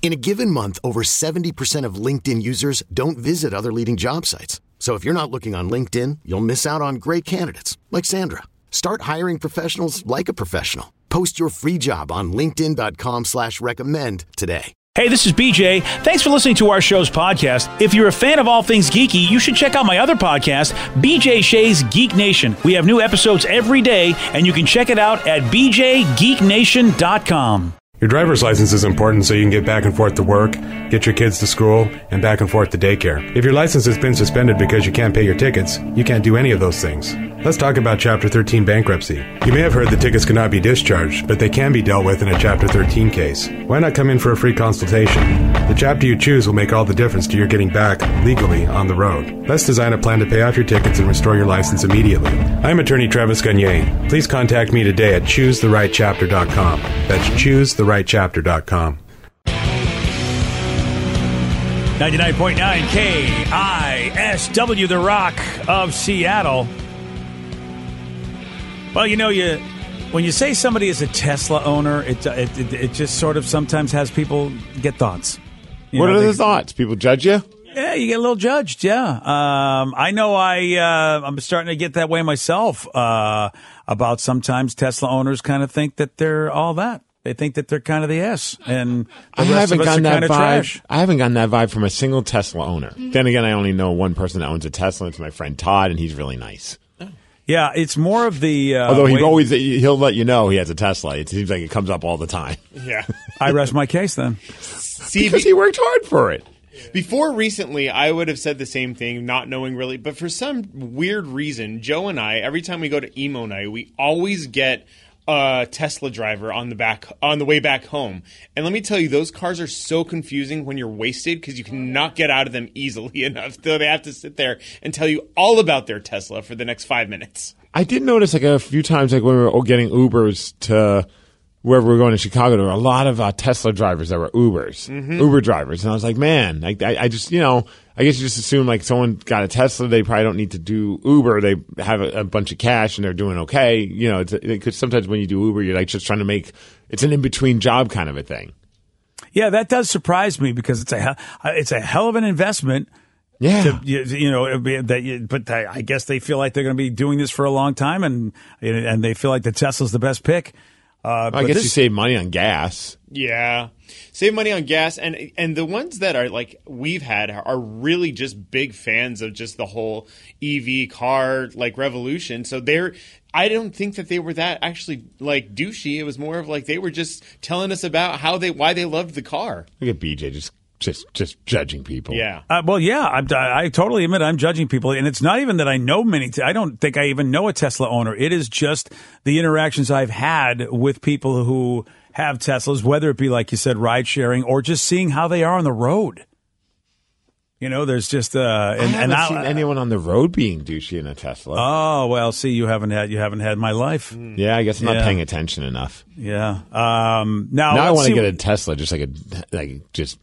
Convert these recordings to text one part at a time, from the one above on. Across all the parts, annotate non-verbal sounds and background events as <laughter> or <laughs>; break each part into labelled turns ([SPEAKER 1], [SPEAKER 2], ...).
[SPEAKER 1] In a given month, over 70% of LinkedIn users don't visit other leading job sites. So if you're not looking on LinkedIn, you'll miss out on great candidates like Sandra. Start hiring professionals like a professional. Post your free job on linkedin.com/recommend slash recommend today.
[SPEAKER 2] Hey, this is BJ. Thanks for listening to our show's podcast. If you're a fan of all things geeky, you should check out my other podcast, BJ Shays Geek Nation. We have new episodes every day, and you can check it out at bjgeeknation.com.
[SPEAKER 3] Your driver's license is important so you can get back and forth to work, get your kids to school, and back and forth to daycare. If your license has been suspended because you can't pay your tickets, you can't do any of those things. Let's talk about Chapter 13 bankruptcy. You may have heard the tickets cannot be discharged, but they can be dealt with in a Chapter 13 case. Why not come in for a free consultation? The chapter you choose will make all the difference to your getting back legally on the road. Let's design a plan to pay off your tickets and restore your license immediately. I'm attorney Travis Gagne. Please contact me today at choosetherightchapter.com. That's choosetherightchapter.com rightchapter.com.
[SPEAKER 2] 99.9 KISW, The Rock of Seattle. Well, you know, you when you say somebody is a Tesla owner, it it, it, it just sort of sometimes has people get thoughts. You
[SPEAKER 4] what
[SPEAKER 2] know,
[SPEAKER 4] are the
[SPEAKER 2] they-
[SPEAKER 4] thoughts? People judge you?
[SPEAKER 2] Yeah, you get a little judged. Yeah, um, I know. I uh, I'm starting to get that way myself. Uh, about sometimes Tesla owners kind of think that they're all that. They think that they're kind of the S, and the
[SPEAKER 4] I
[SPEAKER 2] rest
[SPEAKER 4] haven't
[SPEAKER 2] of us are
[SPEAKER 4] gotten that
[SPEAKER 2] kind
[SPEAKER 4] vibe.
[SPEAKER 2] of trash.
[SPEAKER 4] I haven't gotten that vibe from a single Tesla owner. Then again, I only know one person that owns a Tesla. It's my friend Todd, and he's really nice.
[SPEAKER 2] Yeah, it's more of the. Uh,
[SPEAKER 4] Although he
[SPEAKER 2] way-
[SPEAKER 4] always he'll let you know he has a Tesla. It seems like it comes up all the time
[SPEAKER 5] <laughs> Yeah.
[SPEAKER 2] I rest my case then.
[SPEAKER 4] <laughs>
[SPEAKER 5] See,
[SPEAKER 4] because
[SPEAKER 5] be-
[SPEAKER 4] he worked hard for it.
[SPEAKER 5] before recently, I would have said the same thing, not knowing really. But for some weird reason, Joe and I, every time we go to emo night, we always get a Tesla driver on the back on the way back home. And let me tell you, those cars are so confusing when you're wasted because you cannot get out of them easily <laughs> enough. So they have to sit there and tell you all about their Tesla for the next five minutes.
[SPEAKER 4] I did notice like a few times like when we were getting Ubers to wherever we were going in Chicago, there were a lot of uh, Tesla drivers that were Ubers,
[SPEAKER 2] Mm-hmm.
[SPEAKER 4] Uber drivers, and I was like, man, like I, I just you know, I guess you just assume like someone got a Tesla, they probably don't need to do Uber, they have a, a bunch of cash and they're doing okay, you know, because it, 'cause sometimes when you do Uber, you're like just trying to make it's an in between job kind of a thing.
[SPEAKER 2] Yeah, that does surprise me because it's a hell, uh, it's a hell of an investment.
[SPEAKER 4] Yeah,
[SPEAKER 2] To, you, you know it'd be- that, you, but I I guess they feel like they're going to be doing this for a long time, and and they feel like the Tesla's the best pick. Uh,
[SPEAKER 4] I
[SPEAKER 2] but
[SPEAKER 4] guess
[SPEAKER 2] this-
[SPEAKER 4] you save money on gas.
[SPEAKER 5] Yeah, save money on gas, and and the ones that are like we've had are really just big fans of just the whole EV car like revolution. So they're, I don't think that they were that actually like douchey. It was more of like they were just telling us about how they why they loved the car.
[SPEAKER 4] Look at BJ just just just judging people.
[SPEAKER 5] Yeah,
[SPEAKER 2] Uh, well, yeah, I'm, I, I totally admit I'm judging people, and it's not even that I know many. I don't think I even know a Tesla owner. It is just the interactions I've had with people who have Teslas, whether it be like you said, ride sharing, or just seeing how they are on the road. You know, there's just uh, and,
[SPEAKER 4] I
[SPEAKER 2] and
[SPEAKER 4] haven't
[SPEAKER 2] I-
[SPEAKER 4] seen anyone on the road being douchey in a Tesla.
[SPEAKER 2] Oh well, see, you haven't had you haven't had my life.
[SPEAKER 4] Yeah, I guess I'm not
[SPEAKER 2] Yeah.
[SPEAKER 4] paying attention enough.
[SPEAKER 2] Yeah. Um. Now,
[SPEAKER 4] now I
[SPEAKER 2] let's
[SPEAKER 4] want
[SPEAKER 2] see-
[SPEAKER 4] to get a Tesla, just like a like just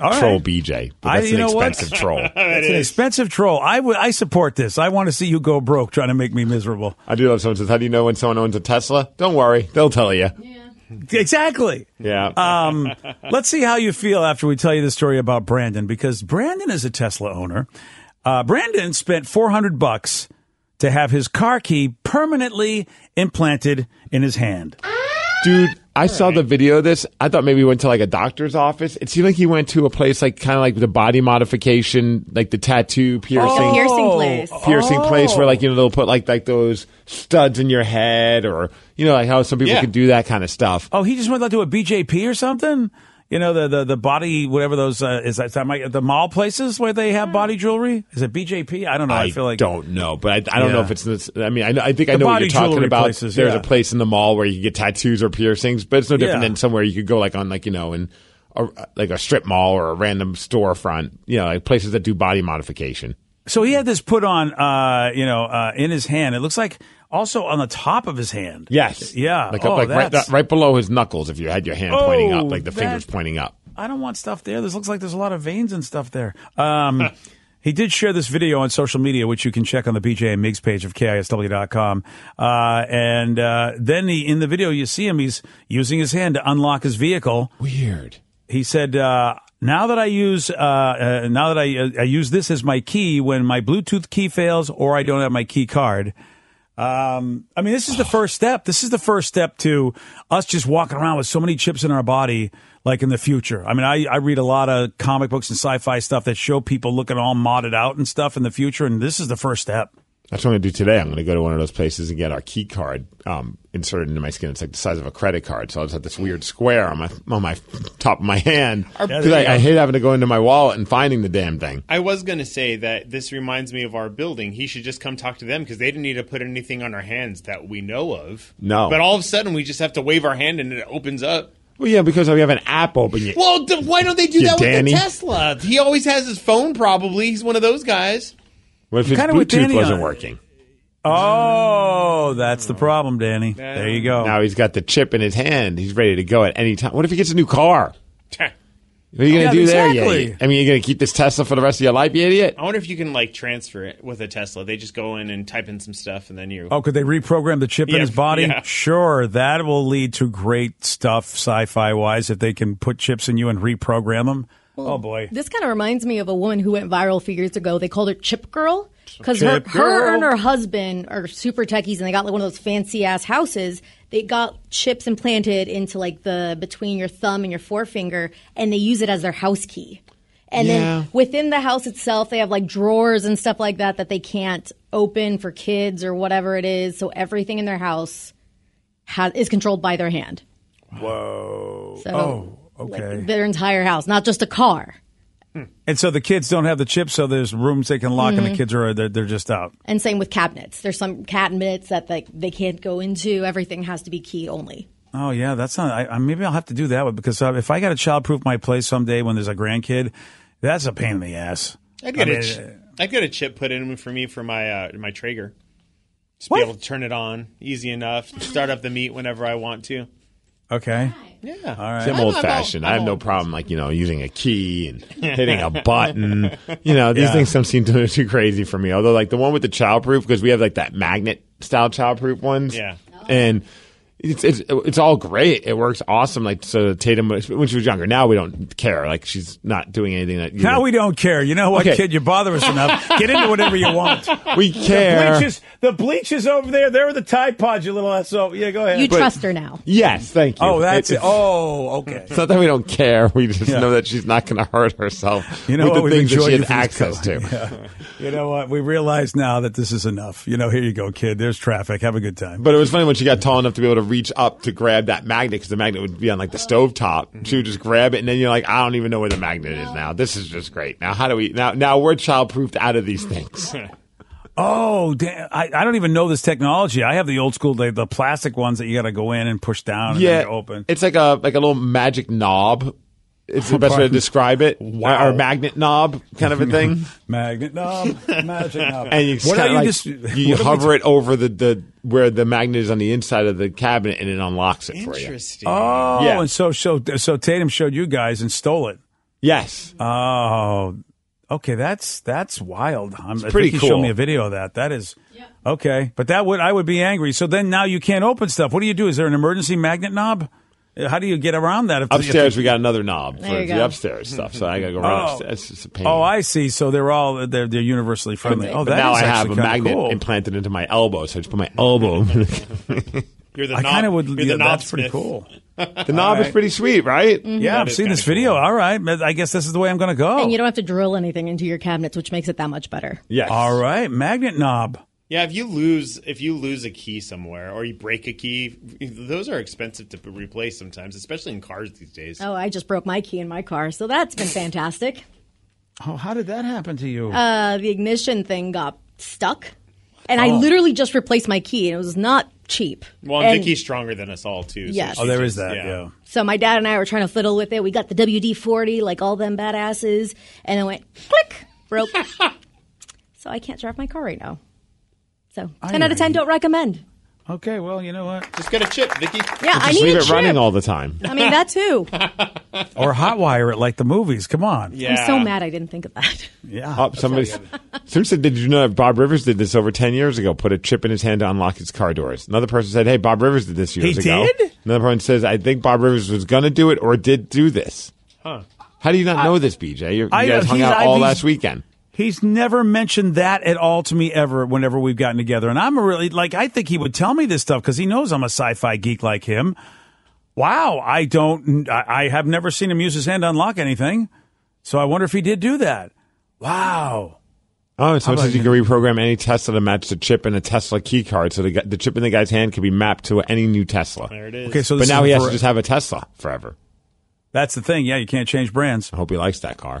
[SPEAKER 2] All
[SPEAKER 4] troll
[SPEAKER 2] right.
[SPEAKER 4] BJ. But
[SPEAKER 2] I-
[SPEAKER 4] that's
[SPEAKER 2] you
[SPEAKER 4] an
[SPEAKER 2] know what? <laughs>
[SPEAKER 4] expensive troll.
[SPEAKER 2] It's an expensive troll. I would. I support this. I want to see you go broke trying to make me miserable.
[SPEAKER 4] I do love someone says, "How do you know when someone owns a Tesla?" Don't worry, they'll tell you.
[SPEAKER 2] Exactly.
[SPEAKER 4] Yeah,
[SPEAKER 2] Um, <laughs> let's see how you feel after we tell you the story about Brandon, because Brandon is a Tesla owner. Uh, Brandon spent 400 bucks to have his car key permanently implanted in his hand.
[SPEAKER 4] dude, I saw the video of this. I thought maybe he went to like a doctor's office. It seemed like he went to a place like kind of like the body modification, like the tattoo piercing.
[SPEAKER 6] The Oh.
[SPEAKER 2] Oh.
[SPEAKER 6] piercing place.
[SPEAKER 4] piercing place where like you know they'll put like like those studs in your head or you know like how some people
[SPEAKER 5] Yeah.
[SPEAKER 4] can do that kind of stuff.
[SPEAKER 2] Oh, he just went out to a BJP or something. You know the the, the body whatever those uh, is that that might- the mall places where they have body jewelry. Is it BJP? I don't know. I, feel like
[SPEAKER 4] don't know, but I, I don't
[SPEAKER 2] Yeah.
[SPEAKER 4] know if it's this. I mean, I, know- I think I
[SPEAKER 2] The
[SPEAKER 4] know what
[SPEAKER 2] body
[SPEAKER 4] you're talking
[SPEAKER 2] jewelry
[SPEAKER 4] about.
[SPEAKER 2] places,
[SPEAKER 4] There's
[SPEAKER 2] yeah.
[SPEAKER 4] a place in the mall where you can get tattoos or piercings, but it's no different
[SPEAKER 2] Yeah.
[SPEAKER 4] than somewhere you could go like on like you know in a, like a strip mall or a random storefront. You know, like places that do body modification.
[SPEAKER 2] So he had this put on, uh, you know, uh, in his hand. It looks like also on the top of his hand.
[SPEAKER 4] Yes,
[SPEAKER 2] Yeah.
[SPEAKER 4] like
[SPEAKER 2] Oh,
[SPEAKER 4] up, like right,
[SPEAKER 2] that's-
[SPEAKER 4] right below his knuckles. If you had your hand pointing
[SPEAKER 2] Oh,
[SPEAKER 4] up, like the
[SPEAKER 2] that-
[SPEAKER 4] fingers pointing up.
[SPEAKER 2] I don't want stuff there. This looks like there's a lot of veins and stuff there. Um, <laughs> he did share this video on social media, which you can check on the BJ and Migs page of KISW.com. Uh, and uh, then he, in the video, you see him. He's using his hand to unlock his vehicle.
[SPEAKER 4] Weird.
[SPEAKER 2] he said, uh, "Now that I use uh, uh, now that I, uh, I use this as my key when my Bluetooth key fails or I don't have my key card." Um, I mean, this is the first step. This is the first step to us just walking around with so many chips in our body, like in the future. I mean, I, I read a lot of comic books and sci-fi stuff that show people looking all modded out and stuff in the future, and this is the first step.
[SPEAKER 4] That's what I'm going to do today. I'm going to go to one of those places and get our key card um, inserted into my skin. It's like the size of a credit card, so I'll just have this weird square on my on my top of my hand because I, I hate having to go into my wallet and finding the damn thing.
[SPEAKER 5] I was going to say that this reminds me of our building. He should just come talk to them because they didn't need to put anything on our hands that we know of.
[SPEAKER 4] No.
[SPEAKER 5] But all of a sudden, we just have to wave our hand and it opens up.
[SPEAKER 4] Well, yeah, because we have an app open. You,
[SPEAKER 5] Well, d- why don't they do
[SPEAKER 4] Yeah,
[SPEAKER 5] that with
[SPEAKER 4] Danny.
[SPEAKER 5] the Tesla? He always has his phone, probably. He's one of those guys.
[SPEAKER 4] what if his
[SPEAKER 2] kinda with
[SPEAKER 4] Bluetooth
[SPEAKER 2] Danny
[SPEAKER 4] wasn't
[SPEAKER 2] on-
[SPEAKER 4] working?
[SPEAKER 2] Oh, that's the problem, Danny. There you go.
[SPEAKER 4] Now he's got the chip in his hand. He's ready to go at any time. What if he gets a new car? What are you going
[SPEAKER 2] Oh, Yeah,
[SPEAKER 4] to do there?
[SPEAKER 2] exactly.
[SPEAKER 4] Yeah, I mean, you're going to keep this Tesla for the rest of your life, you idiot.
[SPEAKER 5] I wonder if you can like transfer it with a Tesla. They just go in and type in some stuff, and then you.
[SPEAKER 2] Oh, could they reprogram the chip in
[SPEAKER 5] Yeah,
[SPEAKER 2] his body?
[SPEAKER 5] yeah.
[SPEAKER 2] Sure, that will lead to great stuff sci-fi wise if they can put chips in you and reprogram them. oh boy.
[SPEAKER 6] This kind of reminds me of a woman who went viral a few years ago. They called her Chip Girl because her,
[SPEAKER 2] Chip
[SPEAKER 6] her
[SPEAKER 2] Girl.
[SPEAKER 6] and her husband are super techies, and they got like one of those fancy ass houses. They got chips implanted into like the between your thumb and your forefinger, and they use it as their house key. And
[SPEAKER 4] Yeah.
[SPEAKER 6] then within the house itself, they have like drawers and stuff like that that they can't open for kids or whatever it is. So everything in their house has, is controlled by their hand.
[SPEAKER 2] Whoa.
[SPEAKER 6] So
[SPEAKER 2] oh, okay.
[SPEAKER 6] their entire house, not just a car.
[SPEAKER 2] and so the kids don't have the chips, so there's rooms they can lock, and the kids are they're, they're just out.
[SPEAKER 6] And same with cabinets. There's some cabinets that like they can't go into. Everything has to be key only.
[SPEAKER 2] Oh yeah, that's not. I, I maybe I'll have to do that one because uh, if I got to childproof my place someday when there's a grandkid, that's a pain in the ass.
[SPEAKER 5] I'd get
[SPEAKER 2] I
[SPEAKER 5] a
[SPEAKER 2] mean,
[SPEAKER 5] ch- I'd get a chip put in for me for my uh, my Traeger. Just be able to turn it on easy enough. Start up the meat whenever I want to.
[SPEAKER 2] Okay.
[SPEAKER 5] Yeah.
[SPEAKER 2] All right.
[SPEAKER 4] I'm old fashioned. I have no problem, like, you know, using a key and hitting
[SPEAKER 2] <laughs>
[SPEAKER 4] a button. You know, these
[SPEAKER 2] Yeah.
[SPEAKER 4] things don't seem too, too crazy for me. Although, like, the one with the childproof, because we have, like, that magnet style childproof ones.
[SPEAKER 5] Yeah.
[SPEAKER 4] And it's, it's it's all great. It works awesome. Like, so Tatum, was- when she was younger, now we don't care. Like, she's not doing anything that you
[SPEAKER 2] Now we don't care. You know what,
[SPEAKER 4] Okay.
[SPEAKER 2] kid? You bother us enough. Get into whatever you
[SPEAKER 5] <laughs>
[SPEAKER 2] want. <laughs>
[SPEAKER 4] we care.
[SPEAKER 2] Bleach is- the bleach is over there. There are the Tide Pods, you little SO. Yeah, go ahead.
[SPEAKER 6] You trust her now.
[SPEAKER 4] Yes, thank you.
[SPEAKER 2] oh, that's it.
[SPEAKER 4] It's-
[SPEAKER 2] Oh,
[SPEAKER 4] <laughs>
[SPEAKER 2] okay.
[SPEAKER 4] It's not that we don't care. We just
[SPEAKER 2] Yeah.
[SPEAKER 4] know that she's not going to hurt herself
[SPEAKER 2] You know
[SPEAKER 4] with
[SPEAKER 2] what?
[SPEAKER 4] the
[SPEAKER 2] We've
[SPEAKER 4] things that
[SPEAKER 2] enjoyed
[SPEAKER 4] she
[SPEAKER 2] you
[SPEAKER 4] has
[SPEAKER 2] for this
[SPEAKER 4] access
[SPEAKER 2] call.
[SPEAKER 4] to.
[SPEAKER 2] You know what? We realize now that this is enough. You know, here you go, kid. There's traffic. Have a good time.
[SPEAKER 4] But it was funny when she got tall enough to be able to reach up to grab that magnet because the magnet would be on like the stove top. She would just grab it, and then you're like, I don't even know where the magnet is now. This is just great. Now how do we? Now now we're childproofed out of
[SPEAKER 2] <laughs>
[SPEAKER 4] these things.
[SPEAKER 2] Oh, damn. I, I don't even know this technology. I have the old school, the, the plastic ones that you got to go in and push down and then
[SPEAKER 4] yeah,
[SPEAKER 2] they open.
[SPEAKER 4] It's like a like a little magic knob. It's
[SPEAKER 2] <laughs>
[SPEAKER 4] the best way to describe it. Wow. Or magnet knob kind of
[SPEAKER 2] <laughs>
[SPEAKER 4] a thing.
[SPEAKER 2] Magnet knob, magic knob.
[SPEAKER 4] <laughs> And you,
[SPEAKER 2] what
[SPEAKER 4] kinda
[SPEAKER 2] are you
[SPEAKER 4] like-
[SPEAKER 2] just?
[SPEAKER 4] you
[SPEAKER 2] <laughs> what are we
[SPEAKER 4] hover it over the, the where the magnet is on the inside of the cabinet and it unlocks it for you.
[SPEAKER 5] Interesting.
[SPEAKER 2] Oh,
[SPEAKER 4] Yeah.
[SPEAKER 2] and so so so Tatum showed you guys and stole it.
[SPEAKER 4] Yes.
[SPEAKER 2] Oh, okay. That's that's wild. I'm, I think
[SPEAKER 4] pretty
[SPEAKER 2] You
[SPEAKER 4] cool.
[SPEAKER 2] showed me a video of that. That is okay. But that would I would be angry. So then now you can't open stuff. What do you do? Is there an emergency magnet knob? Uh, How do you get around that? If the- if the-
[SPEAKER 4] Upstairs, we got another knob for
[SPEAKER 6] There you
[SPEAKER 4] the
[SPEAKER 6] go.
[SPEAKER 4] upstairs stuff, so I gotta go run upstairs. It's just a
[SPEAKER 2] <laughs>
[SPEAKER 4] pain.
[SPEAKER 2] oh, I see. So they're all they're they're universally friendly. Oh,
[SPEAKER 4] But
[SPEAKER 2] that
[SPEAKER 4] now
[SPEAKER 2] is
[SPEAKER 4] I have
[SPEAKER 2] actually
[SPEAKER 4] a
[SPEAKER 2] kinda
[SPEAKER 4] magnet
[SPEAKER 2] cool. <laughs>
[SPEAKER 4] implanted into my elbow, so I just put my elbow.
[SPEAKER 5] You're the
[SPEAKER 2] I
[SPEAKER 5] knob-
[SPEAKER 2] kind of would.
[SPEAKER 5] You're
[SPEAKER 2] yeah,
[SPEAKER 5] the knob
[SPEAKER 2] that's pretty
[SPEAKER 5] smith.
[SPEAKER 2] cool.
[SPEAKER 4] The knob is pretty sweet, right?
[SPEAKER 2] Yeah, I've
[SPEAKER 5] is
[SPEAKER 2] seen
[SPEAKER 5] kinda
[SPEAKER 2] this video.
[SPEAKER 5] cool.
[SPEAKER 2] All right, I guess this is the way I'm going to go.
[SPEAKER 6] And you don't have to drill anything into your cabinets, which makes it that much better.
[SPEAKER 4] Yes.
[SPEAKER 2] All right, magnet knob.
[SPEAKER 5] Yeah, if you lose if you lose a key somewhere or you break a key, those are expensive to replace sometimes, especially in cars these days.
[SPEAKER 6] Oh, I just broke my key in my car, so that's been fantastic.
[SPEAKER 2] Oh, how did that happen to you?
[SPEAKER 6] Uh, the ignition thing got stuck, and
[SPEAKER 2] Oh.
[SPEAKER 6] I literally just replaced my key, and it was not cheap.
[SPEAKER 5] Well, and,
[SPEAKER 6] And-
[SPEAKER 5] Vicky's stronger than us all too.
[SPEAKER 6] Yes.
[SPEAKER 5] she
[SPEAKER 6] Oh,
[SPEAKER 2] there
[SPEAKER 5] just-
[SPEAKER 2] is that. Yeah.
[SPEAKER 6] So my dad and I were trying to fiddle with it. We got the WD forty, like all them badasses, and it went click,
[SPEAKER 2] <laughs>
[SPEAKER 6] broke. so I can't drive my car right now. So ten out of ten, don't recommend.
[SPEAKER 2] Okay, well, you know what?
[SPEAKER 5] Just get a chip, Vicky.
[SPEAKER 6] Yeah, I
[SPEAKER 4] Just
[SPEAKER 6] need
[SPEAKER 4] leave
[SPEAKER 6] a
[SPEAKER 4] it running
[SPEAKER 6] chip.
[SPEAKER 4] all the time.
[SPEAKER 6] I mean
[SPEAKER 5] <laughs>
[SPEAKER 6] that too.
[SPEAKER 2] Or hotwire it like the movies. Come on.
[SPEAKER 5] Yeah.
[SPEAKER 6] I'm so mad I didn't think of that.
[SPEAKER 2] Yeah.
[SPEAKER 4] Up somebody. Someone said, "Did you know that Bob Rivers did this over ten years ago? Put a chip in his hand to unlock his car doors." Another person said, "Hey, Bob Rivers did this years
[SPEAKER 2] He
[SPEAKER 4] ago."
[SPEAKER 2] did?
[SPEAKER 4] Another person says, "I think Bob Rivers was going to do it or did do this." How do you not know this, BJ? You, you
[SPEAKER 2] I-
[SPEAKER 4] guys hung
[SPEAKER 2] he's-
[SPEAKER 4] out
[SPEAKER 2] I-
[SPEAKER 4] all
[SPEAKER 2] he's-
[SPEAKER 4] last weekend.
[SPEAKER 2] He's never mentioned that at all to me ever whenever we've gotten together. And I'm a really, like, I think he would tell me this stuff because he knows I'm a sci fi geek like him. Wow. I don't, I, I have never seen him use his hand to unlock anything. So I wonder if he did do that. Wow.
[SPEAKER 4] Oh, and someone says you can reprogram any Tesla to match the chip in a Tesla key card, so the, guy- the chip in the guy's hand can be mapped to any new Tesla.
[SPEAKER 5] There it is.
[SPEAKER 2] Okay. So
[SPEAKER 4] But
[SPEAKER 2] this
[SPEAKER 4] now
[SPEAKER 2] is
[SPEAKER 4] he has
[SPEAKER 2] for-
[SPEAKER 4] to just have a Tesla forever.
[SPEAKER 2] that's the thing. Yeah. You can't change brands.
[SPEAKER 4] I hope he likes that car.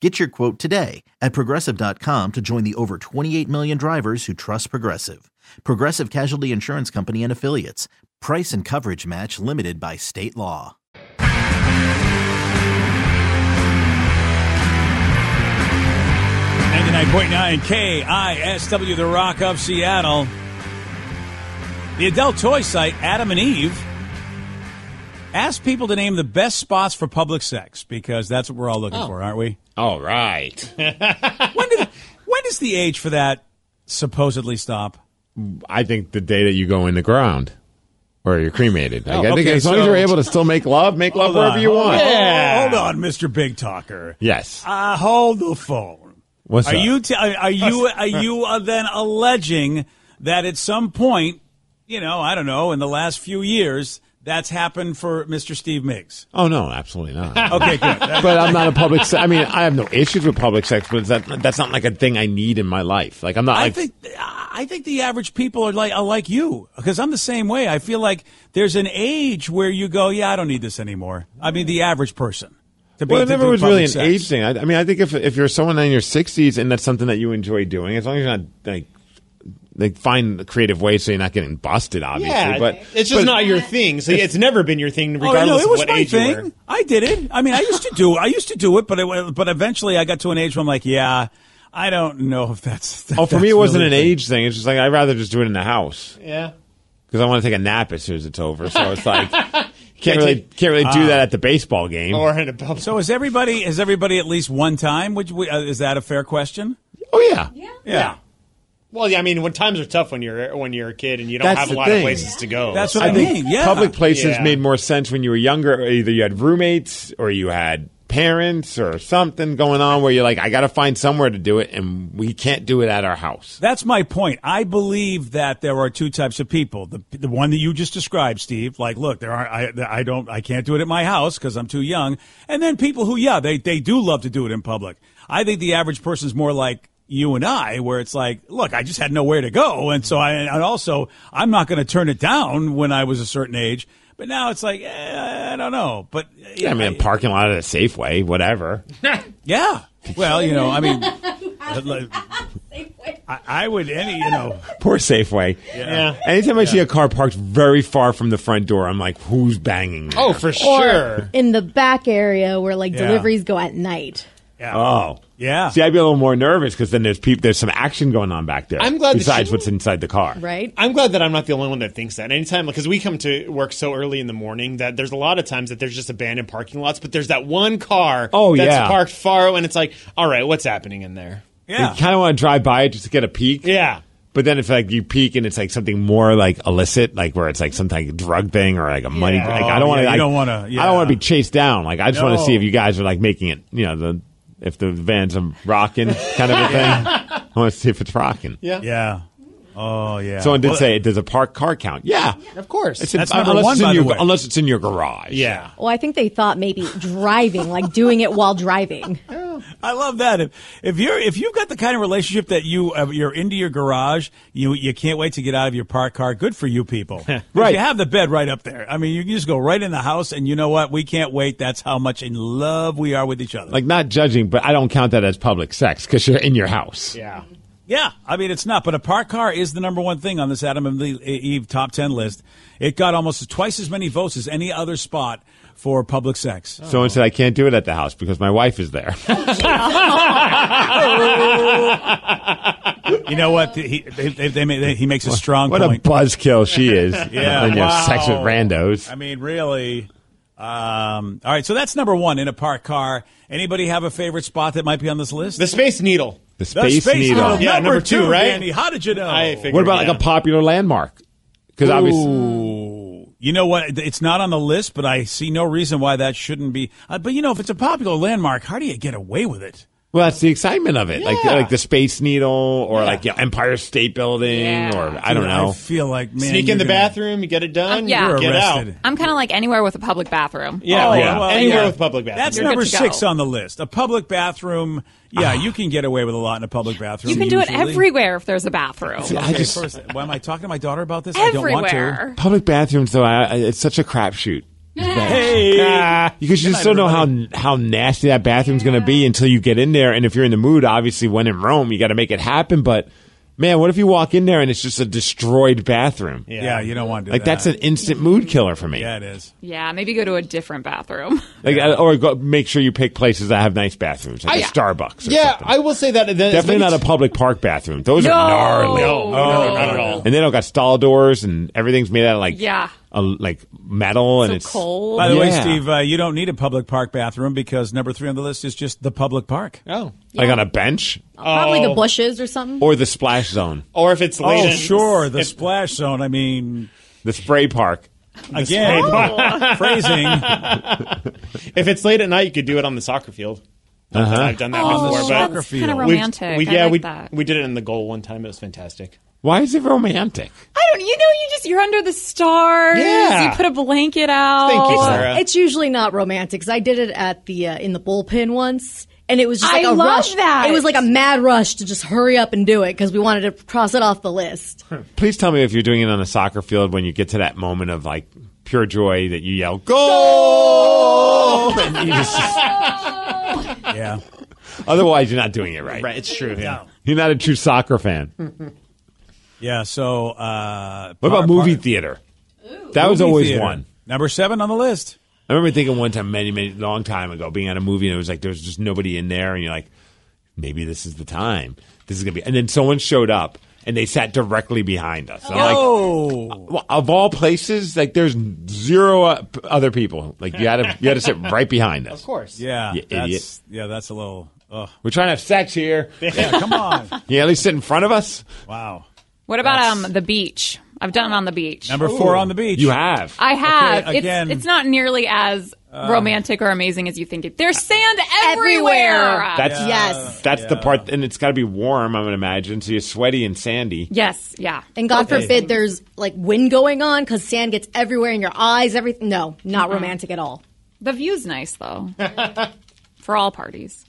[SPEAKER 7] Get your quote today at progressive.com to join the over 28 million drivers who trust Progressive. Progressive Casualty Insurance Company and Affiliates. Price and coverage match limited by state law.
[SPEAKER 2] Ninety-nine point nine KISW, The Rock of Seattle. The adult toy site Adam and Eve asked people to name the best spots for public sex because that's what we're all looking for, aren't we?
[SPEAKER 4] all right.
[SPEAKER 2] When, did, <laughs> when does the age for that supposedly stop?
[SPEAKER 4] I think the day that you go in the ground or you're cremated. Like, I think
[SPEAKER 2] Oh, okay,
[SPEAKER 4] as long as you're
[SPEAKER 2] so-
[SPEAKER 4] able to still make love, make love wherever you
[SPEAKER 2] Hold on,
[SPEAKER 4] want.
[SPEAKER 2] Hold on, Mr. Big Talker.
[SPEAKER 4] Yes.
[SPEAKER 2] Uh, hold the phone.
[SPEAKER 4] What's
[SPEAKER 2] Are
[SPEAKER 4] up?
[SPEAKER 2] you t- are
[SPEAKER 4] <laughs>
[SPEAKER 2] you are you uh, then alleging that at some point, you know, I don't know, in the last few years, that's happened for Mr. Steve Miggs?
[SPEAKER 4] oh no, absolutely not. <laughs>
[SPEAKER 2] Okay, good.
[SPEAKER 4] but I'm not a public. Se- I mean, I have no issues with public sex, but that that's not like a thing I need in my life. Like I'm not.
[SPEAKER 2] I
[SPEAKER 4] like,
[SPEAKER 2] think I think the average people are like are like you because I'm the same way. I feel like there's an age where you go, yeah, I don't need this anymore. I mean, the average person. To
[SPEAKER 4] Well, it
[SPEAKER 2] able to
[SPEAKER 4] never
[SPEAKER 2] do
[SPEAKER 4] was really
[SPEAKER 2] public
[SPEAKER 4] an
[SPEAKER 2] sex.
[SPEAKER 4] age thing. I, I mean, I think if if you're someone in your 60s and that's something that you enjoy doing, as long as you're not like like find the creative ways so you're not getting busted, obviously.
[SPEAKER 5] yeah,
[SPEAKER 4] but
[SPEAKER 5] it's just
[SPEAKER 4] but-
[SPEAKER 5] not your thing. So yeah, it's never been your thing,
[SPEAKER 2] Oh, I know.
[SPEAKER 5] regardless
[SPEAKER 2] it was
[SPEAKER 5] of what
[SPEAKER 2] my
[SPEAKER 5] age
[SPEAKER 2] thing.
[SPEAKER 5] you were.
[SPEAKER 2] I did it. I mean, I used to do. I used to do it, but it, but eventually I got to an age where I'm like, yeah, I don't know if that's. <laughs>
[SPEAKER 4] Oh, for me,
[SPEAKER 2] that's
[SPEAKER 4] it wasn't
[SPEAKER 2] really
[SPEAKER 4] an
[SPEAKER 2] good.
[SPEAKER 4] age thing. It's just like I'd rather just do it in the house
[SPEAKER 5] Yeah.
[SPEAKER 4] because I want to take a nap as soon as it's over. So it's like can't really can't really do that at the baseball game.
[SPEAKER 5] Or in a bubble.
[SPEAKER 2] So is everybody? Is everybody at least one time? Which we, uh, is that a fair question?
[SPEAKER 4] oh yeah,
[SPEAKER 2] Yeah.
[SPEAKER 5] well, yeah, I mean, when times are tough when you're when you're a kid and you don't
[SPEAKER 4] That's
[SPEAKER 5] have a
[SPEAKER 4] the
[SPEAKER 5] lot
[SPEAKER 4] thing.
[SPEAKER 5] of places to go.
[SPEAKER 2] That's what
[SPEAKER 5] so.
[SPEAKER 2] I mean. Yeah.
[SPEAKER 4] Public places
[SPEAKER 5] Yeah.
[SPEAKER 4] made more sense when you were younger. Either you had roommates or you had parents or something going on where you're like, I got to find somewhere to do it, and we can't do it at our house.
[SPEAKER 2] That's my point. I believe that there are two types of people. The the one that you just described, Steve. Like, look, there are I I don't I can't do it at my house because I'm too young. And then people who, yeah, they they do love to do it in public. I think the average person's more like you and I, where it's like, look, I just had nowhere to go, and so I and also I'm not going to turn it down when I was a certain age. But now it's like, eh, I don't know. But
[SPEAKER 4] Yeah, I mean, a parking lot at a Safeway, whatever.
[SPEAKER 2] yeah. Well, you know, I mean, I, I would any, you know.
[SPEAKER 4] <laughs> Poor Safeway.
[SPEAKER 5] Yeah.
[SPEAKER 4] Anytime I see a car parked very far from the front door, I'm like, who's banging? there?
[SPEAKER 5] Oh, for <laughs> sure.
[SPEAKER 6] In the back area where like
[SPEAKER 2] Yeah.
[SPEAKER 6] deliveries go at night.
[SPEAKER 2] Yeah.
[SPEAKER 4] Oh.
[SPEAKER 2] Yeah.
[SPEAKER 4] See, I'd be a little more nervous because then there's peop- there's some action going on back there.
[SPEAKER 5] I'm glad that
[SPEAKER 4] Besides
[SPEAKER 5] she-
[SPEAKER 4] what's inside the car.
[SPEAKER 6] Right?
[SPEAKER 5] I'm glad that I'm not the only one that thinks that. Anytime, because we come to work so early in the morning that there's a lot of times that there's just abandoned parking lots, but there's that one car
[SPEAKER 4] Oh,
[SPEAKER 5] that's
[SPEAKER 4] yeah.
[SPEAKER 5] parked far, and it's like, all right, what's happening in there?
[SPEAKER 2] yeah.
[SPEAKER 4] You kind of want to drive by it just to get a peek.
[SPEAKER 5] Yeah.
[SPEAKER 4] But then if like you peek and it's like something more like illicit, like where it's like some type of drug thing or like a money.
[SPEAKER 5] Yeah.
[SPEAKER 4] Like I don't
[SPEAKER 2] Oh, yeah,
[SPEAKER 4] want to.
[SPEAKER 2] you
[SPEAKER 4] Like,
[SPEAKER 2] don't wanna-
[SPEAKER 4] I
[SPEAKER 2] yeah.
[SPEAKER 4] don't want to be chased down. Like I just want
[SPEAKER 2] No.
[SPEAKER 4] to see if you guys are like making it. You know the if the van's a rocking
[SPEAKER 2] <laughs>
[SPEAKER 4] kind of a thing. I want to see if it's rocking.
[SPEAKER 5] Yeah.
[SPEAKER 2] Yeah. Oh yeah.
[SPEAKER 4] Someone did
[SPEAKER 2] Well,
[SPEAKER 4] say it does a park car count. Yeah.
[SPEAKER 5] Of course.
[SPEAKER 4] It's in-
[SPEAKER 2] That's number
[SPEAKER 4] unless
[SPEAKER 2] one,
[SPEAKER 4] it's in
[SPEAKER 2] by the
[SPEAKER 4] your,
[SPEAKER 2] way.
[SPEAKER 4] Unless it's in your garage.
[SPEAKER 5] yeah.
[SPEAKER 6] Well, I think they thought maybe driving, like doing it while driving.
[SPEAKER 2] I love that. If, if you're if you've got the kind of relationship that you uh, you're into your garage, you you can't wait to get out of your parked car. Good for you people. 'Cause
[SPEAKER 4] <laughs> Right.
[SPEAKER 2] You have the bed right up there. I mean, you can just go right in the house, and you know what? We can't wait. That's how much in love we are with each other.
[SPEAKER 4] Like not judging, but I don't count that as public sex because you're in your house.
[SPEAKER 5] Yeah.
[SPEAKER 2] Yeah, I mean it's not, but a parked car is the number one thing on this Adam and Lee- Eve top ten list. It got almost twice as many votes as any other spot for public sex.
[SPEAKER 4] Someone said I can't do it at the house because my wife is there. <laughs>
[SPEAKER 2] You know what? He, they, they, they, ma- they, he makes a strong
[SPEAKER 4] what
[SPEAKER 2] point.
[SPEAKER 4] a buzzkill she is.
[SPEAKER 2] <laughs> Yeah,
[SPEAKER 4] And you have sex with
[SPEAKER 2] wow.
[SPEAKER 4] randos.
[SPEAKER 2] I mean, really. Um, all right, so that's number one in a parked car. Anybody have a favorite spot that might be on this list?
[SPEAKER 5] The Space Needle.
[SPEAKER 4] The Space, Needle.
[SPEAKER 5] Yeah, number two, right?
[SPEAKER 2] Danny, how did you know?
[SPEAKER 5] I figured.
[SPEAKER 4] What about like
[SPEAKER 5] yeah.
[SPEAKER 4] a popular landmark? Because obviously,
[SPEAKER 2] you know what? It's not on the list, but I see no reason why that shouldn't be. Uh, but you know, if it's a popular landmark, how do you get away with it?
[SPEAKER 4] well, that's the excitement of it. Like
[SPEAKER 5] Yeah.
[SPEAKER 4] like the Space Needle, or like yeah, Empire State Building, or I don't
[SPEAKER 2] Dude,
[SPEAKER 4] know.
[SPEAKER 2] I feel like man,
[SPEAKER 5] Sneak
[SPEAKER 2] you're
[SPEAKER 5] in the
[SPEAKER 2] gonna-
[SPEAKER 5] bathroom, you get it done,
[SPEAKER 8] Uh, yeah.
[SPEAKER 2] You're
[SPEAKER 5] get
[SPEAKER 2] arrested.
[SPEAKER 5] out.
[SPEAKER 8] I'm kind of like anywhere with a public bathroom.
[SPEAKER 5] Yeah,
[SPEAKER 2] Oh,
[SPEAKER 5] yeah.
[SPEAKER 2] well,
[SPEAKER 5] anywhere
[SPEAKER 2] yeah.
[SPEAKER 5] with public bathroom.
[SPEAKER 2] That's
[SPEAKER 8] You're good
[SPEAKER 2] number
[SPEAKER 8] to go.
[SPEAKER 2] six on the list. A public bathroom. Yeah, you can get away with a lot in a public bathroom.
[SPEAKER 8] You can do it
[SPEAKER 2] usually.
[SPEAKER 8] everywhere if there's a bathroom.
[SPEAKER 4] I
[SPEAKER 2] Okay,
[SPEAKER 4] just
[SPEAKER 2] first, why am I talking to my daughter about this? I don't want to.
[SPEAKER 8] Everywhere.
[SPEAKER 4] public bathrooms though. I, I, it's such a crapshoot.
[SPEAKER 2] Hey,
[SPEAKER 4] Because you just don't know how how nasty that bathroom's going to be until you get in there. And if you're in the mood, obviously, when in Rome, you got to make it happen. But man, what if you walk in there and it's just a destroyed bathroom?
[SPEAKER 2] yeah. you don't want to. Do
[SPEAKER 4] Like
[SPEAKER 2] that.
[SPEAKER 4] that's an instant mood killer for me.
[SPEAKER 2] Yeah, it is.
[SPEAKER 8] Yeah, maybe go to a different bathroom. <laughs>
[SPEAKER 4] Like, I- or go, make sure you pick places that have nice bathrooms, like a
[SPEAKER 5] I-
[SPEAKER 4] Starbucks. Or
[SPEAKER 5] yeah,
[SPEAKER 4] something.
[SPEAKER 5] I will say that. that
[SPEAKER 4] definitely not a public park bathroom. Those are gnarly.
[SPEAKER 8] No,
[SPEAKER 4] Oh.
[SPEAKER 5] no, no, not at all.
[SPEAKER 4] And they don't got stall doors, and everything's made out of like
[SPEAKER 8] Yeah.
[SPEAKER 4] a, like metal, and
[SPEAKER 8] so
[SPEAKER 4] it's
[SPEAKER 8] cold.
[SPEAKER 2] By the way,
[SPEAKER 4] Yeah.
[SPEAKER 2] Steve, uh, you don't need a public park bathroom because number three on the list is just the public park.
[SPEAKER 5] Oh.
[SPEAKER 4] like on a bench
[SPEAKER 6] Probably the bushes or something.
[SPEAKER 4] or the splash zone,
[SPEAKER 5] Or if it's late.
[SPEAKER 2] Oh,
[SPEAKER 5] in-
[SPEAKER 2] sure, the
[SPEAKER 5] if-
[SPEAKER 2] splash zone. I mean,
[SPEAKER 4] the spray park.
[SPEAKER 2] again, <laughs> phrasing
[SPEAKER 5] <laughs> If it's late at night, you could do it on the soccer field. Not
[SPEAKER 4] Uh-huh.
[SPEAKER 5] that I've done that
[SPEAKER 8] Oh,
[SPEAKER 5] before,
[SPEAKER 2] soccer
[SPEAKER 5] but
[SPEAKER 8] that's kind
[SPEAKER 2] field.
[SPEAKER 8] of
[SPEAKER 2] We've-
[SPEAKER 8] romantic.
[SPEAKER 5] we,
[SPEAKER 8] I
[SPEAKER 5] yeah,
[SPEAKER 8] like
[SPEAKER 5] we
[SPEAKER 8] that.
[SPEAKER 5] we did it in the goal one time. It was fantastic.
[SPEAKER 4] Why is it romantic?
[SPEAKER 8] I don't. You know, you just you're under the stars.
[SPEAKER 5] Yeah.
[SPEAKER 8] You put a blanket out.
[SPEAKER 5] Thank you, Sarah.
[SPEAKER 6] Well, Oh, it's usually not romantic 'cause I did it at the uh, in the bullpen once, and it was just like
[SPEAKER 8] I
[SPEAKER 6] a
[SPEAKER 8] love
[SPEAKER 6] rush.
[SPEAKER 8] that.
[SPEAKER 6] It was like a mad rush to just hurry up and do it because we wanted to cross it off the list.
[SPEAKER 4] Please tell me if you're doing it on a soccer field when you get to that moment of like pure joy that you yell "Goal!" <laughs> And you just-
[SPEAKER 2] yeah.
[SPEAKER 4] otherwise, you're not doing it right.
[SPEAKER 5] Right, it's true. Yeah. Hmm.
[SPEAKER 4] You're not a true soccer fan.
[SPEAKER 2] Yeah, so. Uh,
[SPEAKER 4] What about
[SPEAKER 2] par-
[SPEAKER 4] movie
[SPEAKER 2] par-
[SPEAKER 4] theater? That was
[SPEAKER 2] movie
[SPEAKER 4] always
[SPEAKER 2] theater.
[SPEAKER 4] one.
[SPEAKER 2] Number seven on the list.
[SPEAKER 4] I remember thinking one time, many, many, long time ago, being at a movie and it was like there was just nobody in there, and you're like, maybe this is the time. This is gonna be. And then someone showed up and they sat directly behind us. And I'm like,
[SPEAKER 2] Oh.
[SPEAKER 4] well, of all places, like there's zero o- other people. Like you had to, you had to
[SPEAKER 5] <laughs>
[SPEAKER 4] sit right behind us.
[SPEAKER 5] Of course.
[SPEAKER 2] Yeah,
[SPEAKER 4] You
[SPEAKER 2] that's,
[SPEAKER 4] idiot.
[SPEAKER 2] Yeah, that's a little. Ugh.
[SPEAKER 4] We're trying to have sex here.
[SPEAKER 2] Yeah, come on.
[SPEAKER 4] <laughs> You at least sit in front of us.
[SPEAKER 2] Wow.
[SPEAKER 8] What about um the beach? I've done it on the beach.
[SPEAKER 2] Number four on the beach.
[SPEAKER 4] You have.
[SPEAKER 8] I have.
[SPEAKER 2] Okay, again.
[SPEAKER 8] It's, it's not nearly as romantic or amazing as you think it. There's sand everywhere.
[SPEAKER 6] Everywhere.
[SPEAKER 4] That's
[SPEAKER 6] yes,
[SPEAKER 4] that's the part, and it's got to be warm. I would imagine. So you're sweaty and sandy.
[SPEAKER 8] yes. Yeah.
[SPEAKER 6] and God forbid there's like wind going on because sand gets everywhere in your eyes. Everything. No, not romantic at all.
[SPEAKER 8] The view's nice though. For all parties.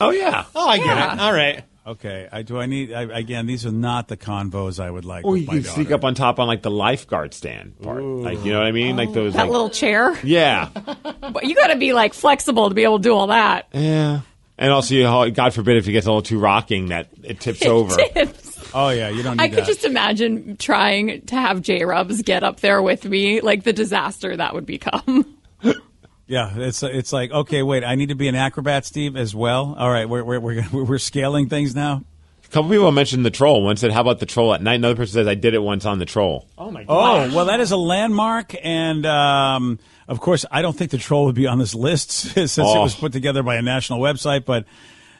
[SPEAKER 4] Oh yeah.
[SPEAKER 5] Oh, I get it. All right.
[SPEAKER 2] Okay. I, do I need. I, again, these are not the convos I would like.
[SPEAKER 4] Or
[SPEAKER 2] with
[SPEAKER 4] Oh, you
[SPEAKER 2] my
[SPEAKER 4] can sneak
[SPEAKER 2] daughter.
[SPEAKER 4] up on top on like the lifeguard stand part. Like you know what I mean? Like those
[SPEAKER 8] That
[SPEAKER 4] like,
[SPEAKER 8] little chair.
[SPEAKER 4] Yeah.
[SPEAKER 8] But you got to be like flexible to be able to do all that.
[SPEAKER 4] Yeah. And also, you know, God forbid if it gets a little too rocking that
[SPEAKER 8] <laughs>
[SPEAKER 4] it tips over.
[SPEAKER 2] Oh, yeah, you don't need
[SPEAKER 8] I could
[SPEAKER 2] that.
[SPEAKER 8] just imagine trying to have J Rubs get up there with me, like the disaster that would become.
[SPEAKER 2] Yeah, it's it's like okay, wait, I need to be an acrobat, Steve, as well. All right, we're we're we're, we're scaling things now.
[SPEAKER 4] A couple people mentioned the troll. One said, "How about the troll at night?" Another person says, "I did it once on the troll."
[SPEAKER 5] Oh my
[SPEAKER 2] Oh
[SPEAKER 5] god.
[SPEAKER 2] well, that is a landmark, and um, of course, I don't think the troll would be on this list <laughs> since it
[SPEAKER 4] Oh.
[SPEAKER 2] was put together by a national website. But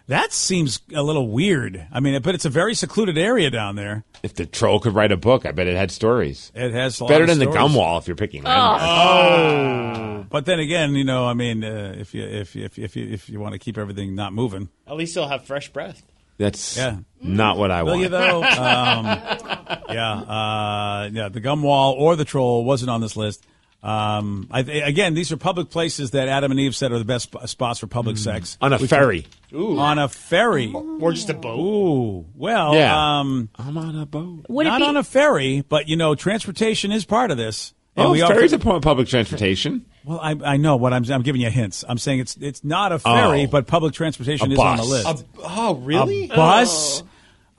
[SPEAKER 2] that seems a little weird. I mean, but it's a very secluded area down there.
[SPEAKER 4] If the troll could write a book, I bet it had stories.
[SPEAKER 2] It has a lot
[SPEAKER 4] Better
[SPEAKER 2] of
[SPEAKER 4] than the
[SPEAKER 2] stories.
[SPEAKER 4] gum wall if you're picking
[SPEAKER 8] Oh.
[SPEAKER 4] landmarks.
[SPEAKER 2] But then again, you know, I mean, uh, if you if you, if you, if you, if you want to keep everything not moving,
[SPEAKER 5] At least he'll have fresh breath.
[SPEAKER 4] That's
[SPEAKER 2] Yeah.
[SPEAKER 4] not what I
[SPEAKER 2] Will
[SPEAKER 4] want.
[SPEAKER 2] you though? um, yeah, uh, yeah. The gum wall or the troll wasn't on this list. Um, I, again, these are public places that Adam and Eve said are the best sp- spots for public sex.
[SPEAKER 4] Hmm. on a ferry.
[SPEAKER 2] on a ferry.
[SPEAKER 5] Or just a boat.
[SPEAKER 2] Ooh, well,
[SPEAKER 4] Yeah.
[SPEAKER 2] um,
[SPEAKER 4] I'm on a boat.
[SPEAKER 6] Would
[SPEAKER 2] not
[SPEAKER 6] it be
[SPEAKER 2] on a ferry, but you know, transportation is part of this.
[SPEAKER 4] Oh,
[SPEAKER 2] all-
[SPEAKER 4] ferries are pu- public transportation.
[SPEAKER 2] well, I, I know what I'm. I'm giving you hints. I'm saying it's it's not a ferry,
[SPEAKER 4] Oh.
[SPEAKER 2] but public transportation
[SPEAKER 4] A
[SPEAKER 2] is on the
[SPEAKER 4] bus.
[SPEAKER 2] list.
[SPEAKER 4] A-
[SPEAKER 5] Oh, really?
[SPEAKER 2] A bus.
[SPEAKER 4] Oh.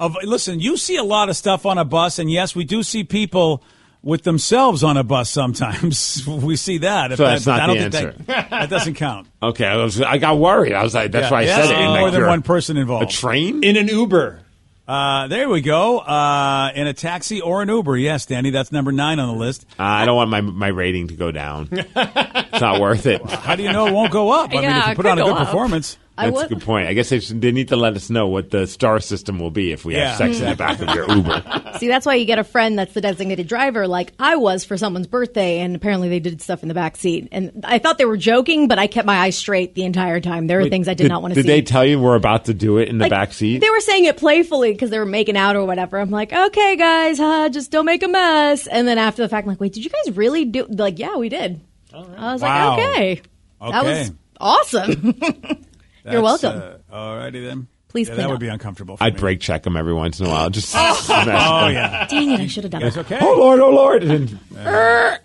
[SPEAKER 2] Of listen, you see a lot of stuff on a bus, and yes, we do see people with themselves on a bus sometimes. <laughs> we see that. If
[SPEAKER 4] So that's not
[SPEAKER 2] I don't
[SPEAKER 4] the
[SPEAKER 2] think That, <laughs> that doesn't count.
[SPEAKER 4] Okay, I, was, I got worried. I was like, that's why I
[SPEAKER 2] Yeah, yes,
[SPEAKER 4] said it.
[SPEAKER 2] there's
[SPEAKER 4] like
[SPEAKER 2] more than
[SPEAKER 4] you're
[SPEAKER 2] one person
[SPEAKER 4] A
[SPEAKER 2] involved.
[SPEAKER 4] train?
[SPEAKER 5] In an Uber.
[SPEAKER 2] Uh, there we go. Uh, in a taxi or an Uber. Yes, Danny, that's number nine on the list.
[SPEAKER 4] Uh, I don't want my my rating to go
[SPEAKER 2] <laughs>
[SPEAKER 4] down. it's not worth it.
[SPEAKER 2] How do you know it won't
[SPEAKER 8] <laughs>
[SPEAKER 2] go up? I mean,
[SPEAKER 8] Yeah,
[SPEAKER 2] if you
[SPEAKER 8] it
[SPEAKER 2] put
[SPEAKER 8] could
[SPEAKER 2] on a
[SPEAKER 8] go
[SPEAKER 2] good
[SPEAKER 8] up.
[SPEAKER 2] performance.
[SPEAKER 6] I
[SPEAKER 4] That's
[SPEAKER 6] would-
[SPEAKER 4] a good point. I guess they, should, they need to let us know what the star system will be if we
[SPEAKER 2] Yeah.
[SPEAKER 4] have sex in the back of your Uber.
[SPEAKER 6] See, that's why you get a friend that's the designated driver, like I was for someone's birthday, and apparently they did stuff in the back seat. And I thought they were joking, but I kept my eyes straight the entire time. There were <laughs> things I did, not want to
[SPEAKER 4] Did
[SPEAKER 6] see.
[SPEAKER 4] they tell you we're about to do it in the
[SPEAKER 6] Like,
[SPEAKER 4] back seat?
[SPEAKER 6] They were saying it playfully because they were making out or whatever. I'm like, okay, guys, huh, just don't make a mess. And then after the fact, I'm like, wait, did you guys really do? They're like, yeah, we did. I was
[SPEAKER 2] Wow.
[SPEAKER 6] like, okay, that
[SPEAKER 2] Okay.
[SPEAKER 6] was awesome. <laughs> You're
[SPEAKER 2] That's,
[SPEAKER 6] welcome.
[SPEAKER 2] Uh, all righty then.
[SPEAKER 6] Please
[SPEAKER 2] Yeah,
[SPEAKER 6] clean
[SPEAKER 2] that would
[SPEAKER 6] up.
[SPEAKER 2] be uncomfortable. For
[SPEAKER 4] I'd
[SPEAKER 2] me.
[SPEAKER 4] break check them every once in a
[SPEAKER 2] <laughs>
[SPEAKER 4] while. Just
[SPEAKER 2] Oh
[SPEAKER 4] oh, <laughs>
[SPEAKER 2] yeah.
[SPEAKER 6] Dang it, I should have done
[SPEAKER 2] It's
[SPEAKER 6] it.
[SPEAKER 2] okay.
[SPEAKER 4] oh Lord, oh Lord! And then,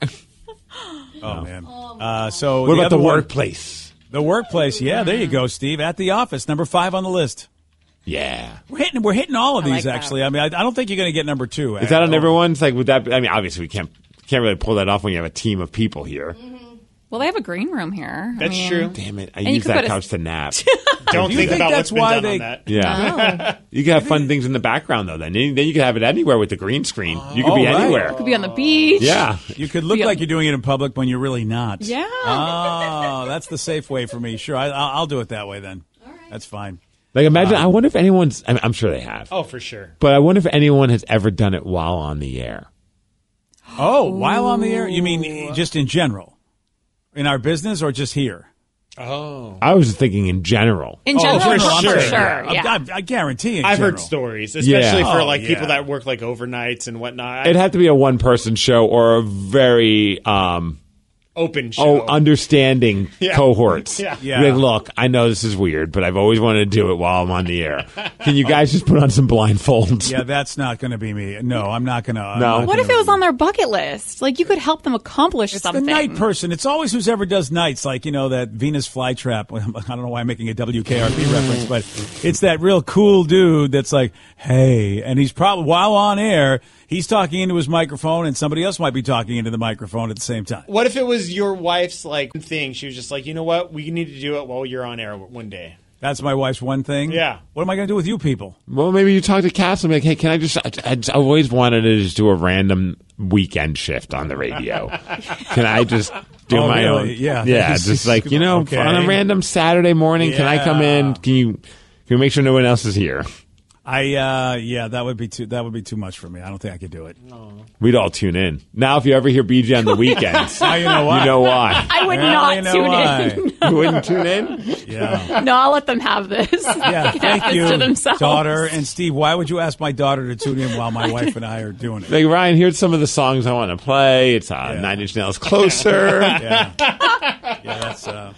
[SPEAKER 2] Oh man. Uh, so
[SPEAKER 4] what about
[SPEAKER 2] other
[SPEAKER 4] the
[SPEAKER 2] one-
[SPEAKER 4] workplace?
[SPEAKER 2] The workplace. Yeah, there you go, Steve. At the office, number five on the list.
[SPEAKER 4] Yeah,
[SPEAKER 2] We're hitting. We're hitting all of
[SPEAKER 6] I like
[SPEAKER 2] these.
[SPEAKER 6] that.
[SPEAKER 2] actually, I mean, I, I don't think you're going to get number two.
[SPEAKER 4] is that on everyone's? Like, would that? Be, I mean, obviously we can't can't really pull that off when you have a team of people here.
[SPEAKER 2] Mm-hmm.
[SPEAKER 8] Well, they have a green room here. I
[SPEAKER 5] That's
[SPEAKER 8] mean,
[SPEAKER 5] true.
[SPEAKER 4] Damn it! I
[SPEAKER 8] you
[SPEAKER 4] use
[SPEAKER 8] could
[SPEAKER 4] that
[SPEAKER 8] put a-
[SPEAKER 4] couch
[SPEAKER 8] <laughs>
[SPEAKER 4] to nap.
[SPEAKER 5] Don't
[SPEAKER 2] you
[SPEAKER 5] think,
[SPEAKER 2] think
[SPEAKER 5] about
[SPEAKER 2] that's why
[SPEAKER 5] what's been done
[SPEAKER 2] they-
[SPEAKER 5] on that.
[SPEAKER 4] Yeah.
[SPEAKER 2] Oh.
[SPEAKER 4] You can have fun things in the background though. Then then you can have it anywhere with the green screen. You could be
[SPEAKER 2] Oh, right.
[SPEAKER 8] <laughs>
[SPEAKER 4] anywhere.
[SPEAKER 8] Could be on the beach.
[SPEAKER 4] Yeah.
[SPEAKER 2] You could look
[SPEAKER 8] Yeah.
[SPEAKER 2] like you're doing it in public when you're really not.
[SPEAKER 8] Yeah.
[SPEAKER 2] Oh, that's the safe way for me. Sure, I, I'll, I'll do it that way then. That's fine.
[SPEAKER 4] Like imagine. I wonder if anyone's. I'm, I'm sure they have.
[SPEAKER 5] Oh, for sure.
[SPEAKER 4] But I wonder if anyone has ever done it while on the air.
[SPEAKER 2] Oh, while on the air, you mean just in general, in our business or just here?
[SPEAKER 5] Oh.
[SPEAKER 4] I was thinking in general.
[SPEAKER 8] In general,
[SPEAKER 5] for
[SPEAKER 8] for sure.
[SPEAKER 5] sure.
[SPEAKER 8] Yeah.
[SPEAKER 2] I, I, I guarantee. In
[SPEAKER 5] I've
[SPEAKER 2] general.
[SPEAKER 5] heard stories, especially
[SPEAKER 4] Yeah.
[SPEAKER 5] for
[SPEAKER 2] Oh,
[SPEAKER 5] like people
[SPEAKER 2] yeah.
[SPEAKER 5] that work like overnights and whatnot.
[SPEAKER 4] It'd have to be a one person show or a very um
[SPEAKER 5] Open
[SPEAKER 4] oh
[SPEAKER 5] show.
[SPEAKER 4] understanding
[SPEAKER 5] <laughs> Yeah.
[SPEAKER 4] cohorts.
[SPEAKER 5] Yeah.
[SPEAKER 2] Yeah.
[SPEAKER 4] Like, look, I know this is weird, but I've always wanted to do it while I'm on
[SPEAKER 2] <laughs>
[SPEAKER 4] the air. Can you guys just put on some blindfolds?
[SPEAKER 2] Yeah, that's not going to be me. No, I'm not going to.
[SPEAKER 4] No.
[SPEAKER 8] What if it was on their bucket list? Like you could help them accomplish
[SPEAKER 2] It's
[SPEAKER 8] something.
[SPEAKER 2] the night person. It's always who's ever does nights, like you know that Venus flytrap. <laughs> I don't know why I'm making
[SPEAKER 8] <laughs>
[SPEAKER 2] a WKRP reference, but it's that real cool dude that's like, hey, and he's probably while on air, he's talking into his microphone, and somebody else might be talking into the microphone at the same time.
[SPEAKER 5] what if it was your wife's like thing? She was just like, you know what? We need to do it while you're on air one day.
[SPEAKER 2] That's my wife's one thing.
[SPEAKER 5] Yeah.
[SPEAKER 2] What am I going to do with you people?
[SPEAKER 4] Well, maybe you talk to Cass and be like, hey, can I just, I, I just- I always wanted to just do a random weekend shift on
[SPEAKER 2] <laughs>
[SPEAKER 4] the radio. can I just do
[SPEAKER 2] Oh,
[SPEAKER 4] my
[SPEAKER 2] really?
[SPEAKER 4] own?
[SPEAKER 2] Yeah. <laughs>
[SPEAKER 4] Yeah. just like, you know,
[SPEAKER 2] Okay.
[SPEAKER 4] on a random Saturday morning, can I come
[SPEAKER 2] Yeah.
[SPEAKER 4] in? Can you, can you make sure no one else is here?
[SPEAKER 2] I uh, yeah, that would be too. That would be too much for me. I don't think I could do it.
[SPEAKER 4] We'd all tune in. Now, if you ever hear BJ
[SPEAKER 2] <laughs>
[SPEAKER 4] on the weekends,
[SPEAKER 2] Now you know why.
[SPEAKER 4] you know why.
[SPEAKER 8] I would
[SPEAKER 2] Now
[SPEAKER 8] not
[SPEAKER 2] you know
[SPEAKER 8] tune
[SPEAKER 2] why.
[SPEAKER 8] in.
[SPEAKER 4] You wouldn't tune
[SPEAKER 2] <laughs>
[SPEAKER 4] in?
[SPEAKER 2] Yeah.
[SPEAKER 8] <laughs> No, I'll let them have this.
[SPEAKER 2] Yeah,
[SPEAKER 8] <laughs> They can have
[SPEAKER 2] thank
[SPEAKER 8] this to
[SPEAKER 2] you,
[SPEAKER 8] themselves.
[SPEAKER 2] daughter and Steve. Why would you ask my daughter to tune in
[SPEAKER 8] <laughs>
[SPEAKER 2] while my wife and I are doing it?
[SPEAKER 4] Like, Ryan, here's some of the songs I want to play. It's uh, Nine Inch Nails
[SPEAKER 2] <laughs>
[SPEAKER 4] Closer. <laughs>
[SPEAKER 2] Yeah, that's uh,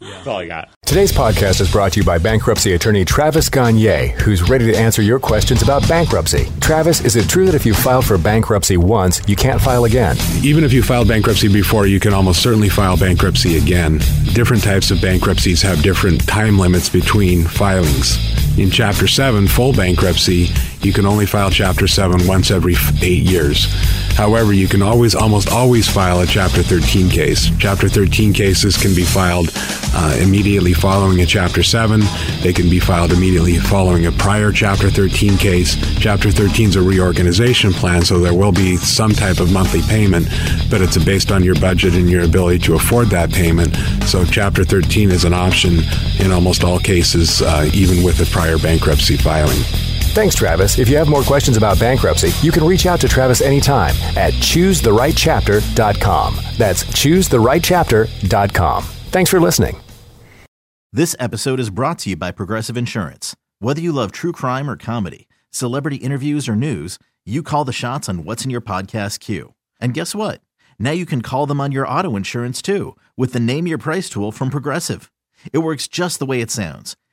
[SPEAKER 4] That's all I got.
[SPEAKER 9] Today's podcast is brought to you by bankruptcy attorney Travis Gagne, who's ready to answer your questions about bankruptcy. Travis, is it true that if you file for bankruptcy once, you can't file again?
[SPEAKER 3] Even if you filed bankruptcy before, you can almost certainly file bankruptcy again. Different types of bankruptcies have different time limits between filings. In Chapter 7, full bankruptcy, you can only file Chapter 7 once every f- eight years. However, you can always, almost always file a Chapter 13 case. Chapter 13 cases can be filed uh, immediately following a Chapter 7. They can be filed immediately following a prior Chapter 13 case. Chapter 13 is a reorganization plan, so there will be some type of monthly payment, but it's based on your budget and your ability to afford that payment. So, Chapter 13 is an option in almost all cases, uh, even with a prior bankruptcy filing.
[SPEAKER 10] Thanks, Travis. If you have more questions about bankruptcy, you can reach out to Travis anytime at choosetherightchapter.com. That's choosetherightchapter.com. Thanks for listening.
[SPEAKER 7] This episode is brought to you by Progressive Insurance. Whether you love true crime or comedy, celebrity interviews or news, you call the shots on what's in your podcast queue. And guess what? Now you can call them on your auto insurance too with the Name Your Price tool from Progressive. It works just the way it sounds.